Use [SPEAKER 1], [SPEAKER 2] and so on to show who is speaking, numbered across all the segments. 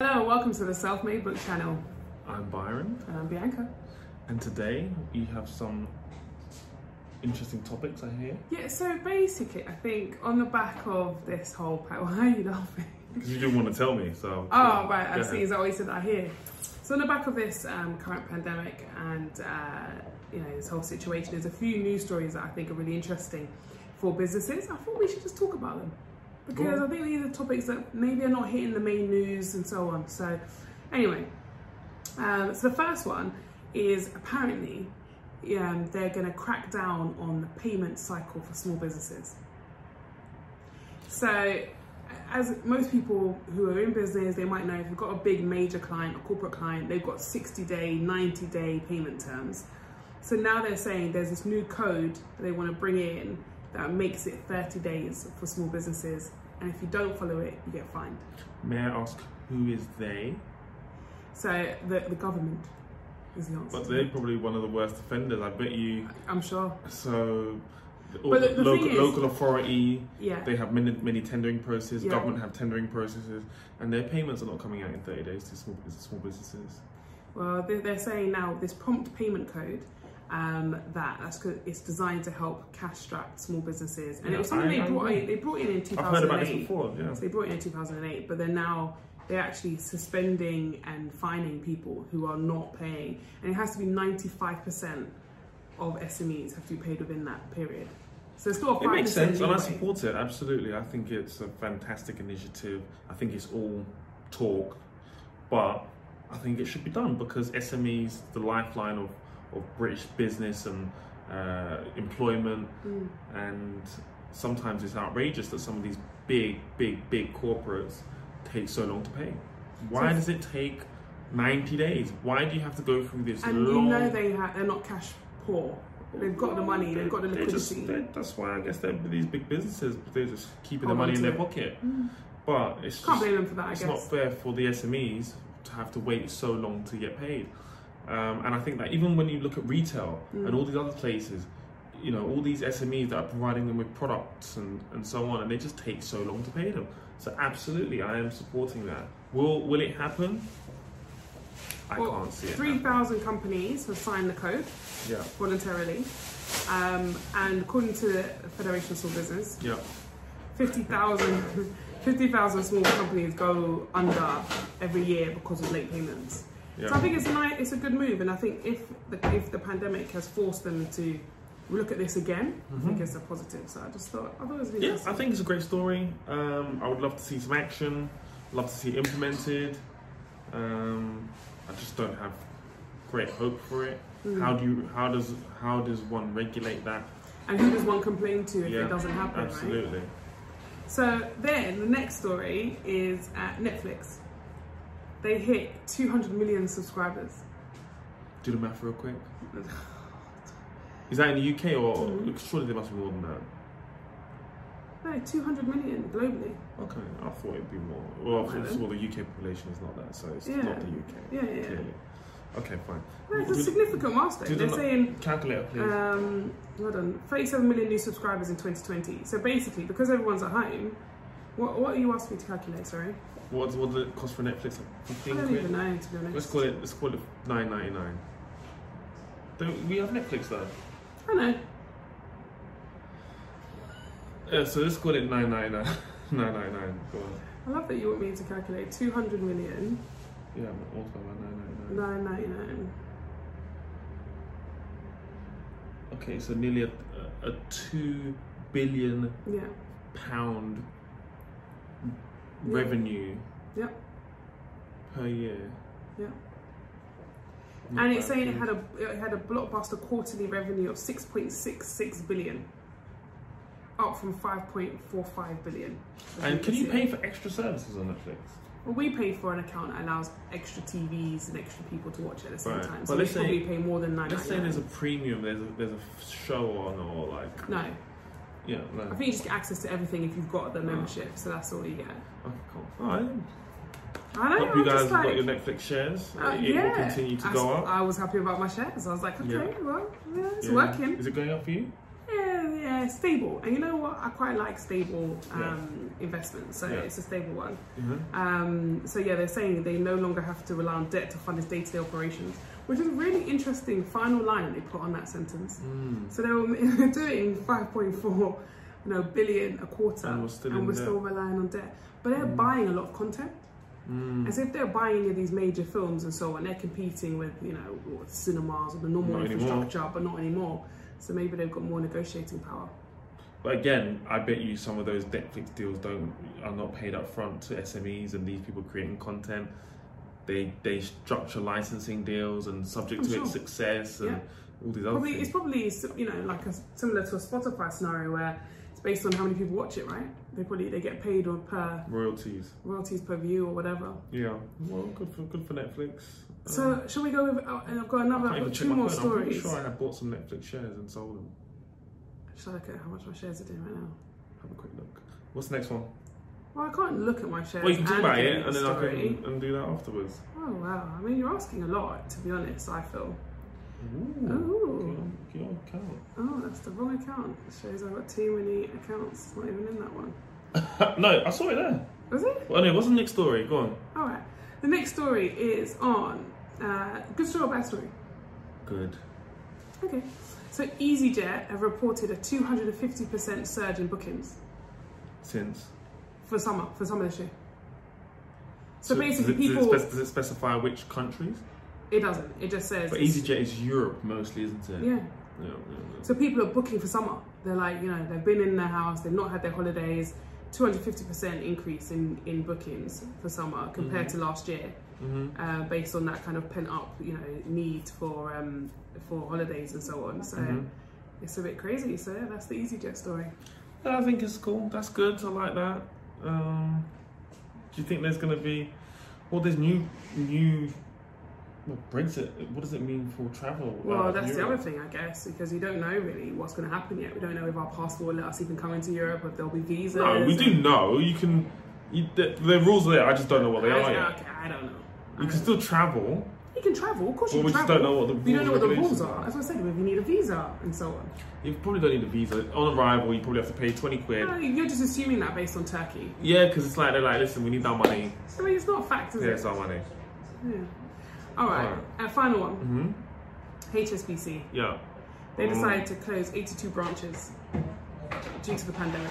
[SPEAKER 1] welcome to the Self Made Book Channel.
[SPEAKER 2] I'm Byron,
[SPEAKER 1] And I'm Bianca.
[SPEAKER 2] and today we have some interesting topics. I hear
[SPEAKER 1] Yeah, so basically, I think on the back of this whole pa- why are you laughing?
[SPEAKER 2] because you didn't want to tell me, so.
[SPEAKER 1] Oh, right, I
[SPEAKER 2] Go
[SPEAKER 1] see.
[SPEAKER 2] ahead.
[SPEAKER 1] It's always said that here. So on the back of this um, current pandemic and uh, you know this whole situation, there's a few news stories that I think are really interesting for businesses. I thought we should just talk about them because
[SPEAKER 2] Cool.
[SPEAKER 1] I think these are topics that maybe are not hitting the main news and so on. So anyway, um, so the first one is apparently um, they're going to crack down on the payment cycle for small businesses. So, as most people who are in business, they might know if you've got a big major client, a corporate client, they've got 60 day, 90 day payment terms. So now they're saying there's this new code that they want to bring in that makes it 30 days for small businesses. And if you don't follow it, you get fined.
[SPEAKER 2] May I ask who is they?
[SPEAKER 1] So the, the government is the answer.
[SPEAKER 2] But
[SPEAKER 1] to
[SPEAKER 2] they're
[SPEAKER 1] that.
[SPEAKER 2] probably one of the worst offenders. I bet you.
[SPEAKER 1] I'm sure.
[SPEAKER 2] So, all
[SPEAKER 1] But the- the
[SPEAKER 2] local,
[SPEAKER 1] thing is-
[SPEAKER 2] local authority,
[SPEAKER 1] Yeah.
[SPEAKER 2] they have many, many tendering processes.
[SPEAKER 1] Yeah.
[SPEAKER 2] Government have tendering processes, and their payments are not coming out in thirty days to small, bus- small businesses.
[SPEAKER 1] Well, they're, they're saying now this prompt payment code um, that that's good, it's designed to help cash-strapped small businesses, and it
[SPEAKER 2] Yeah,
[SPEAKER 1] was something
[SPEAKER 2] I-
[SPEAKER 1] they
[SPEAKER 2] I
[SPEAKER 1] brought
[SPEAKER 2] agree.
[SPEAKER 1] in. They brought in in
[SPEAKER 2] I've heard about this
[SPEAKER 1] 2008.
[SPEAKER 2] before. Yeah.
[SPEAKER 1] So they brought it in 2008, but they're now they're actually suspending and fining people who are not paying, and it has to be 95% of SMEs have to be paid within that period. So it's still a
[SPEAKER 2] It
[SPEAKER 1] five
[SPEAKER 2] makes
[SPEAKER 1] percent
[SPEAKER 2] sense, and I
[SPEAKER 1] leeway.
[SPEAKER 2] support it absolutely. I think it's a fantastic initiative. I think it's all talk, but I think it should be done because SMEs, the lifeline of, of British business and uh, employment,
[SPEAKER 1] Mm.
[SPEAKER 2] and sometimes it's outrageous that some of these big, big, big corporates take so long to pay. Why
[SPEAKER 1] So-
[SPEAKER 2] does it take 90 days? Why do you have to go through this
[SPEAKER 1] And you
[SPEAKER 2] long?
[SPEAKER 1] know they ha- they're not cash poor. They've got the money. They've got the
[SPEAKER 2] They
[SPEAKER 1] liquidity.
[SPEAKER 2] just- they- that's why I guess they're these big businesses. They're just keeping the
[SPEAKER 1] Hold on
[SPEAKER 2] money in
[SPEAKER 1] to
[SPEAKER 2] their
[SPEAKER 1] it. Mm.
[SPEAKER 2] pocket. But it's
[SPEAKER 1] Can't
[SPEAKER 2] just,
[SPEAKER 1] blame them for that. I
[SPEAKER 2] it's
[SPEAKER 1] guess.
[SPEAKER 2] not fair for the SMEs to have to wait so long to get paid. Um, and I think that even when you look at retail
[SPEAKER 1] Mm.
[SPEAKER 2] and all these other places, you know, all these SMEs that are providing them with products and, and so on, and they just take so long to pay them. So absolutely, I am supporting that. Will will it happen? I
[SPEAKER 1] Well,
[SPEAKER 2] can't see it.
[SPEAKER 1] Three
[SPEAKER 2] happening.
[SPEAKER 1] thousand companies have signed the code
[SPEAKER 2] Yeah,
[SPEAKER 1] voluntarily, um, and according to the Federation of Small Business,
[SPEAKER 2] yeah.
[SPEAKER 1] 50,000 50,000 small companies go under every year because of late payments. So I
[SPEAKER 2] Yeah.
[SPEAKER 1] think it's a nice, it's a good move, and I think if the, if the pandemic has forced them to look at this again, I
[SPEAKER 2] Mm-hmm.
[SPEAKER 1] think it's a positive. So I just thought I thought it was really
[SPEAKER 2] Yeah,
[SPEAKER 1] interesting.
[SPEAKER 2] I think it's a great story. Um, I would love to see some action. Love to see it implemented. Um, I just don't have great hope for it.
[SPEAKER 1] Mm.
[SPEAKER 2] How do you? How does? How does one regulate that?
[SPEAKER 1] And who does one complain to if
[SPEAKER 2] Yeah,
[SPEAKER 1] it doesn't happen? Right?
[SPEAKER 2] Absolutely.
[SPEAKER 1] So then the next story is at Netflix. They hit 200 million subscribers.
[SPEAKER 2] Do the math real quick. Is that in the UK or
[SPEAKER 1] Mm-hmm.
[SPEAKER 2] look, surely there must be more than that?
[SPEAKER 1] No, 200 million globally.
[SPEAKER 2] Okay, I thought it'd be more. Well,
[SPEAKER 1] Alright
[SPEAKER 2] first of all, the UK population is not that, so it's
[SPEAKER 1] Yeah.
[SPEAKER 2] not the UK.
[SPEAKER 1] Yeah, yeah.
[SPEAKER 2] Clearly. Okay, fine.
[SPEAKER 1] No, it's a
[SPEAKER 2] Do-
[SPEAKER 1] significant milestone.
[SPEAKER 2] do the
[SPEAKER 1] They're
[SPEAKER 2] lo-
[SPEAKER 1] saying,
[SPEAKER 2] Calculator, please.
[SPEAKER 1] um, hold on, 37 million new subscribers in 2020. So basically, because everyone's at home, what, what are you asking me to calculate? Sorry,
[SPEAKER 2] What's what the cost for Netflix?
[SPEAKER 1] I
[SPEAKER 2] Fifteen
[SPEAKER 1] don't
[SPEAKER 2] quid.
[SPEAKER 1] even know to be honest.
[SPEAKER 2] Let's call it. Let's call it nine ninety nine. Don't we have Netflix though?
[SPEAKER 1] I know.
[SPEAKER 2] Yeah, so let's call it nine ninety nine. Nine ninety nine. Go on.
[SPEAKER 1] I love that you want me to calculate 200 million
[SPEAKER 2] Yeah, I'm also about nine ninety nine.
[SPEAKER 1] 999.
[SPEAKER 2] Okay, so nearly a, a two billion
[SPEAKER 1] Yeah,
[SPEAKER 2] pound
[SPEAKER 1] Yeah.
[SPEAKER 2] revenue.
[SPEAKER 1] Yeah.
[SPEAKER 2] Per year.
[SPEAKER 1] Yeah.
[SPEAKER 2] Not
[SPEAKER 1] and it's
[SPEAKER 2] bad,
[SPEAKER 1] saying it
[SPEAKER 2] yeah.
[SPEAKER 1] had a it had a blockbuster quarterly revenue of 6.66 billion, up from 5.45 billion.
[SPEAKER 2] And can you
[SPEAKER 1] This
[SPEAKER 2] pay
[SPEAKER 1] year.
[SPEAKER 2] for extra services on Netflix?
[SPEAKER 1] Well, we pay for an account that allows extra TVs and extra people to watch at the same
[SPEAKER 2] Right.
[SPEAKER 1] time.
[SPEAKER 2] But
[SPEAKER 1] So we
[SPEAKER 2] let's say-
[SPEAKER 1] probably pay more than nine.
[SPEAKER 2] Let's say there's a premium. There's a there's a show on or like
[SPEAKER 1] no.
[SPEAKER 2] yeah. No.
[SPEAKER 1] I think you just get access to everything if you've got the
[SPEAKER 2] Ah.
[SPEAKER 1] membership, so that's all you get.
[SPEAKER 2] Okay, cool. All right.
[SPEAKER 1] I know.
[SPEAKER 2] Hope
[SPEAKER 1] I'm
[SPEAKER 2] you guys
[SPEAKER 1] just
[SPEAKER 2] have
[SPEAKER 1] like,
[SPEAKER 2] got your Netflix shares.
[SPEAKER 1] uh,
[SPEAKER 2] it
[SPEAKER 1] yeah.
[SPEAKER 2] will continue to
[SPEAKER 1] I,
[SPEAKER 2] go
[SPEAKER 1] s-
[SPEAKER 2] up.
[SPEAKER 1] I was happy about my shares. I was like, okay,
[SPEAKER 2] Yeah.
[SPEAKER 1] well, yeah, it's
[SPEAKER 2] Yeah.
[SPEAKER 1] working.
[SPEAKER 2] Is it going up for you?
[SPEAKER 1] Yeah, yeah, stable. And you know what? I quite like stable
[SPEAKER 2] Yeah.
[SPEAKER 1] um, investments, so
[SPEAKER 2] Yeah.
[SPEAKER 1] it's a stable one.
[SPEAKER 2] Mhm.
[SPEAKER 1] Um, so yeah, they're saying they no longer have to rely on debt to fund its day-to-day operations, which is a really interesting final line they put on that sentence.
[SPEAKER 2] Mm.
[SPEAKER 1] So they were doing 5.4 you know, billion a quarter,
[SPEAKER 2] And we're still in
[SPEAKER 1] and we're
[SPEAKER 2] debt.
[SPEAKER 1] still relying on debt. But they're buying a lot of content.
[SPEAKER 2] Mm.
[SPEAKER 1] And so if they're buying any of these major films and so on, they're competing with, you know, what, cinemas or the normal
[SPEAKER 2] Not anymore.
[SPEAKER 1] infrastructure, but not anymore. So maybe they've got more negotiating power.
[SPEAKER 2] But again, I bet you some of those Netflix deals don't are not paid up front to SMEs and these people creating content. They they structure licensing deals and subject
[SPEAKER 1] I'm
[SPEAKER 2] to
[SPEAKER 1] Oh, sure.
[SPEAKER 2] its success and
[SPEAKER 1] Yeah.
[SPEAKER 2] all these other
[SPEAKER 1] Probably
[SPEAKER 2] things.
[SPEAKER 1] it's probably s- you know like a, similar to a Spotify scenario where it's based on how many people watch it, right? They probably they get paid or per
[SPEAKER 2] Royalties.
[SPEAKER 1] royalties per view or whatever.
[SPEAKER 2] Yeah. Well, good for good for Netflix. Um,
[SPEAKER 1] So shall we go with? Oh, and I've got another.
[SPEAKER 2] I
[SPEAKER 1] I've
[SPEAKER 2] can't even
[SPEAKER 1] got
[SPEAKER 2] check
[SPEAKER 1] two
[SPEAKER 2] my
[SPEAKER 1] more
[SPEAKER 2] phone. I'm pretty
[SPEAKER 1] stories.
[SPEAKER 2] sure I have bought some Netflix shares and sold them.
[SPEAKER 1] Shall I look at how much my shares are doing right now?
[SPEAKER 2] Have a quick look. What's the next one?
[SPEAKER 1] Well, I can't look at my shares.
[SPEAKER 2] Well, you can talk
[SPEAKER 1] and
[SPEAKER 2] about
[SPEAKER 1] give
[SPEAKER 2] it
[SPEAKER 1] you
[SPEAKER 2] and
[SPEAKER 1] the
[SPEAKER 2] then I
[SPEAKER 1] story.
[SPEAKER 2] can and do that afterwards.
[SPEAKER 1] Oh wow! I mean, you're asking a lot, to be honest. I feel.
[SPEAKER 2] Ooh.
[SPEAKER 1] Ooh.
[SPEAKER 2] Get on- get on
[SPEAKER 1] Oh, that's the wrong account. It shows I've got too many accounts. Not even in that one.
[SPEAKER 2] account. no, I saw it there.
[SPEAKER 1] Was it?
[SPEAKER 2] Well, no, it wasn't next story. Go on.
[SPEAKER 1] All right. The next story is on uh, good story or bad story.
[SPEAKER 2] Good.
[SPEAKER 1] Okay. So EasyJet have reported a 250% surge in bookings
[SPEAKER 2] Since.
[SPEAKER 1] for summer for summer this year. So,
[SPEAKER 2] does
[SPEAKER 1] basically,
[SPEAKER 2] it,
[SPEAKER 1] people
[SPEAKER 2] Does it, spec- does it specify which countries?
[SPEAKER 1] it doesn't. It just says
[SPEAKER 2] But EasyJet is Europe mostly, isn't it?
[SPEAKER 1] yeah.
[SPEAKER 2] Yeah, yeah,
[SPEAKER 1] So people are booking for summer. They're like, you know, they've been in their house, they've not had their holidays. 250% increase in, in bookings for summer compared
[SPEAKER 2] Mm.
[SPEAKER 1] to last year,
[SPEAKER 2] Mhm.
[SPEAKER 1] uh, based on that kind of pent up, you know, need for um, for holidays and so on. So
[SPEAKER 2] Mm-hmm.
[SPEAKER 1] it's a bit crazy. So yeah, that's the EasyJet story.
[SPEAKER 2] yeah. I think it's cool. That's good. I like that. Um, do you think there's going to be. Well, there's new. new well, Brexit. What does it mean for travel?
[SPEAKER 1] Well,
[SPEAKER 2] out of
[SPEAKER 1] that's the
[SPEAKER 2] Europe?
[SPEAKER 1] other thing, I guess, because we don't know really what's going to happen yet. We don't know if our passport will let us even come into Europe, if there'll be visas.
[SPEAKER 2] No, we do know. You can. You, the, the rules are there. I just don't know what they
[SPEAKER 1] I,
[SPEAKER 2] are yet.
[SPEAKER 1] okay, I don't know. I
[SPEAKER 2] You
[SPEAKER 1] don't
[SPEAKER 2] can still travel.
[SPEAKER 1] You can travel, of course
[SPEAKER 2] Well,
[SPEAKER 1] you
[SPEAKER 2] we
[SPEAKER 1] can
[SPEAKER 2] just
[SPEAKER 1] travel.
[SPEAKER 2] don't know what the
[SPEAKER 1] We don't know
[SPEAKER 2] rules
[SPEAKER 1] what the
[SPEAKER 2] and
[SPEAKER 1] rules
[SPEAKER 2] regulations
[SPEAKER 1] are. As I said, if you need a visa and so on.
[SPEAKER 2] You probably don't need a visa. On arrival, you probably have to pay 20 quid.
[SPEAKER 1] No, you're just assuming that based on Turkey.
[SPEAKER 2] Yeah, because it's like, they're like, listen, we need that money.
[SPEAKER 1] I mean, it's not a fact, is
[SPEAKER 2] Yeah,
[SPEAKER 1] it?
[SPEAKER 2] it's our money.
[SPEAKER 1] Yeah. All right. Mm-hmm.
[SPEAKER 2] Alright.
[SPEAKER 1] And final one.
[SPEAKER 2] hmm
[SPEAKER 1] HSBC.
[SPEAKER 2] Yeah.
[SPEAKER 1] They
[SPEAKER 2] Mm.
[SPEAKER 1] decided to close 82 branches due to the pandemic.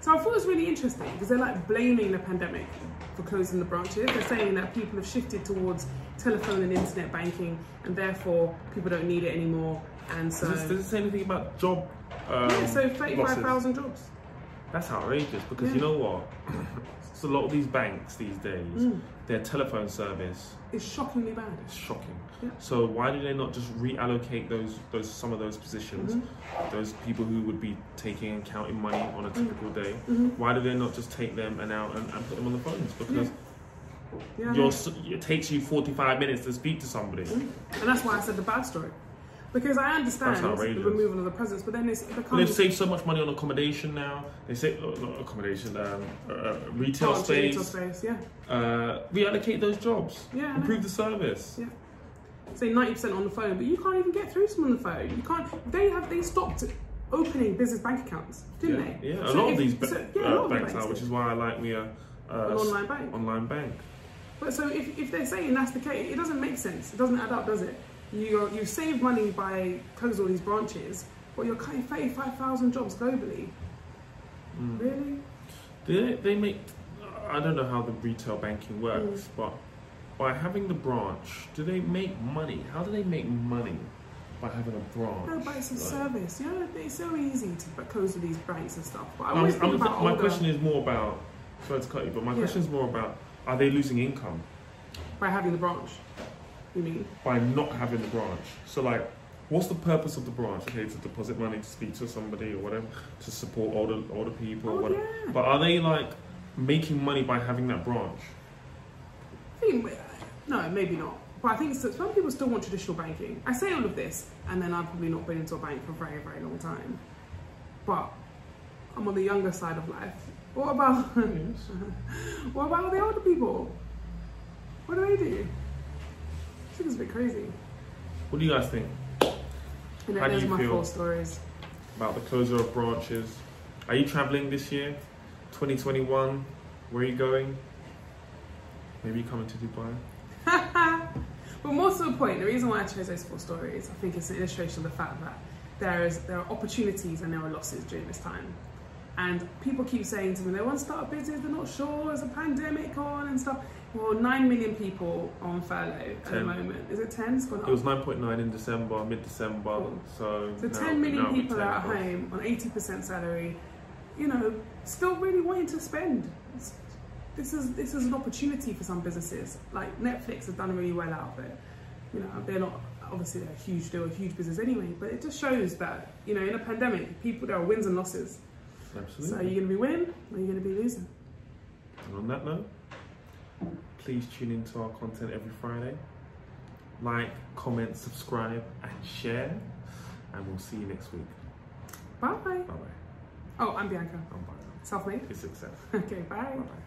[SPEAKER 1] So I thought it was really interesting because they're like blaming the pandemic for closing the branches. They're saying that people have shifted towards telephone and internet banking, and therefore people don't need it anymore. And so,
[SPEAKER 2] Does, it- does it say anything about job? Um,
[SPEAKER 1] yeah, so
[SPEAKER 2] losses?
[SPEAKER 1] 35,000 jobs.
[SPEAKER 2] That's outrageous because you
[SPEAKER 1] Yeah.
[SPEAKER 2] know what? so a lot of these banks these days,
[SPEAKER 1] Mm.
[SPEAKER 2] their telephone service
[SPEAKER 1] It's shockingly bad.
[SPEAKER 2] is shocking.
[SPEAKER 1] Yeah.
[SPEAKER 2] So why do they not just reallocate those those some of those positions,
[SPEAKER 1] Mm-hmm.
[SPEAKER 2] those people who would be taking and counting money on a typical day?
[SPEAKER 1] Mm-hmm.
[SPEAKER 2] Why do they not just take them and out and, and put them on the phones? Because
[SPEAKER 1] Yeah, Mm-hmm. I
[SPEAKER 2] you're,
[SPEAKER 1] know.
[SPEAKER 2] s- it takes you 45 minutes to speak to somebody.
[SPEAKER 1] and that's why I said the bad story. Because I understand
[SPEAKER 2] That's
[SPEAKER 1] the
[SPEAKER 2] outrageous.
[SPEAKER 1] removal of the presence, but then it's it
[SPEAKER 2] And they've
[SPEAKER 1] becomes
[SPEAKER 2] saved so much money on accommodation now. They save uh, not accommodation, um, uh, uh, retail
[SPEAKER 1] branch and retail
[SPEAKER 2] space.
[SPEAKER 1] space. Yeah,
[SPEAKER 2] Uh, reallocate those jobs.
[SPEAKER 1] yeah. I know.
[SPEAKER 2] Improve the service.
[SPEAKER 1] Yeah. say ninety percent on the phone, but you can't even get through to them on the phone. You can't. They have they stopped opening business bank accounts, didn't
[SPEAKER 2] yeah.
[SPEAKER 1] they?
[SPEAKER 2] Yeah, a
[SPEAKER 1] So
[SPEAKER 2] lot of
[SPEAKER 1] if-
[SPEAKER 2] these ba-
[SPEAKER 1] so- yeah, a lot
[SPEAKER 2] uh,
[SPEAKER 1] of the
[SPEAKER 2] banks are, which
[SPEAKER 1] did.
[SPEAKER 2] is why I like me a uh,
[SPEAKER 1] An
[SPEAKER 2] s-
[SPEAKER 1] online bank.
[SPEAKER 2] online bank.
[SPEAKER 1] But so if, if they're saying that's the case, it doesn't make sense. It doesn't add up, does it? You you save money by closing all these branches, but you're cutting thirty five thousand jobs globally.
[SPEAKER 2] Mm.
[SPEAKER 1] Really?
[SPEAKER 2] They they make. I don't know how the retail banking works,
[SPEAKER 1] Mm.
[SPEAKER 2] but by having the branch, do they make money? How do they make money by having a branch?
[SPEAKER 1] No, but it's a
[SPEAKER 2] Like-
[SPEAKER 1] service. You know, it's so easy to b- close all these banks and stuff. But I
[SPEAKER 2] I'm-
[SPEAKER 1] always think
[SPEAKER 2] I'm-
[SPEAKER 1] about
[SPEAKER 2] my
[SPEAKER 1] older
[SPEAKER 2] question is more about. Sorry to cut you, but my
[SPEAKER 1] Yeah.
[SPEAKER 2] question is more about: Are they losing income
[SPEAKER 1] by having the branch. You mean?
[SPEAKER 2] by not having the branch? So, like, what's the purpose of the branch? Okay, to deposit money, to speak to somebody, or whatever, to support older older people. or
[SPEAKER 1] Oh
[SPEAKER 2] whatever.
[SPEAKER 1] yeah.
[SPEAKER 2] But are they like making money by having that branch?
[SPEAKER 1] I think, uh, no, maybe not. But I think so- some people still want traditional banking. I say all of this, and then I've probably not been into a bank for a very, very long time. But I'm on the younger side of life. What about what about the older people? What do they do? I think it's a bit crazy.
[SPEAKER 2] What do you guys think?
[SPEAKER 1] And
[SPEAKER 2] How
[SPEAKER 1] then
[SPEAKER 2] do
[SPEAKER 1] there's
[SPEAKER 2] you
[SPEAKER 1] my
[SPEAKER 2] feel?
[SPEAKER 1] four stories.
[SPEAKER 2] about the closure of branches. Are you traveling this year? 2021? Where are you going? Maybe you're coming to Dubai?
[SPEAKER 1] But more to the point, the reason why I chose those four stories, I think it's an illustration of the fact that there is there are opportunities and there are losses during this time. And people keep saying to me, they want to start a business, they're not sure, there's a pandemic on and stuff. Well, 9 million people are on furlough at the
[SPEAKER 2] Ten.
[SPEAKER 1] moment. Is it 10? It's gone up.
[SPEAKER 2] It was 9.9 in December, mid December.
[SPEAKER 1] Cool.
[SPEAKER 2] So,
[SPEAKER 1] so
[SPEAKER 2] now-
[SPEAKER 1] 10 million
[SPEAKER 2] now we're
[SPEAKER 1] people are at
[SPEAKER 2] 10.
[SPEAKER 1] home on 80% salary, you know, still really wanting to spend. It's- This is this is an opportunity for some businesses. Like Netflix has done really well out of it. You know, they're not obviously they're a huge deal, a huge business anyway, but it just shows that, you know, in a pandemic, people there are wins and losses. So
[SPEAKER 2] Absolutely.
[SPEAKER 1] are you gonna be winning or are you gonna be losing?
[SPEAKER 2] And on that note, please tune into our content every Friday. Like, comment, subscribe, and share. And we'll see you next week.
[SPEAKER 1] Bye.
[SPEAKER 2] Bye bye.
[SPEAKER 1] Oh, I'm Bianca.
[SPEAKER 2] I'm bye.
[SPEAKER 1] Self made.
[SPEAKER 2] It's success.
[SPEAKER 1] Okay, bye.
[SPEAKER 2] Bye bye.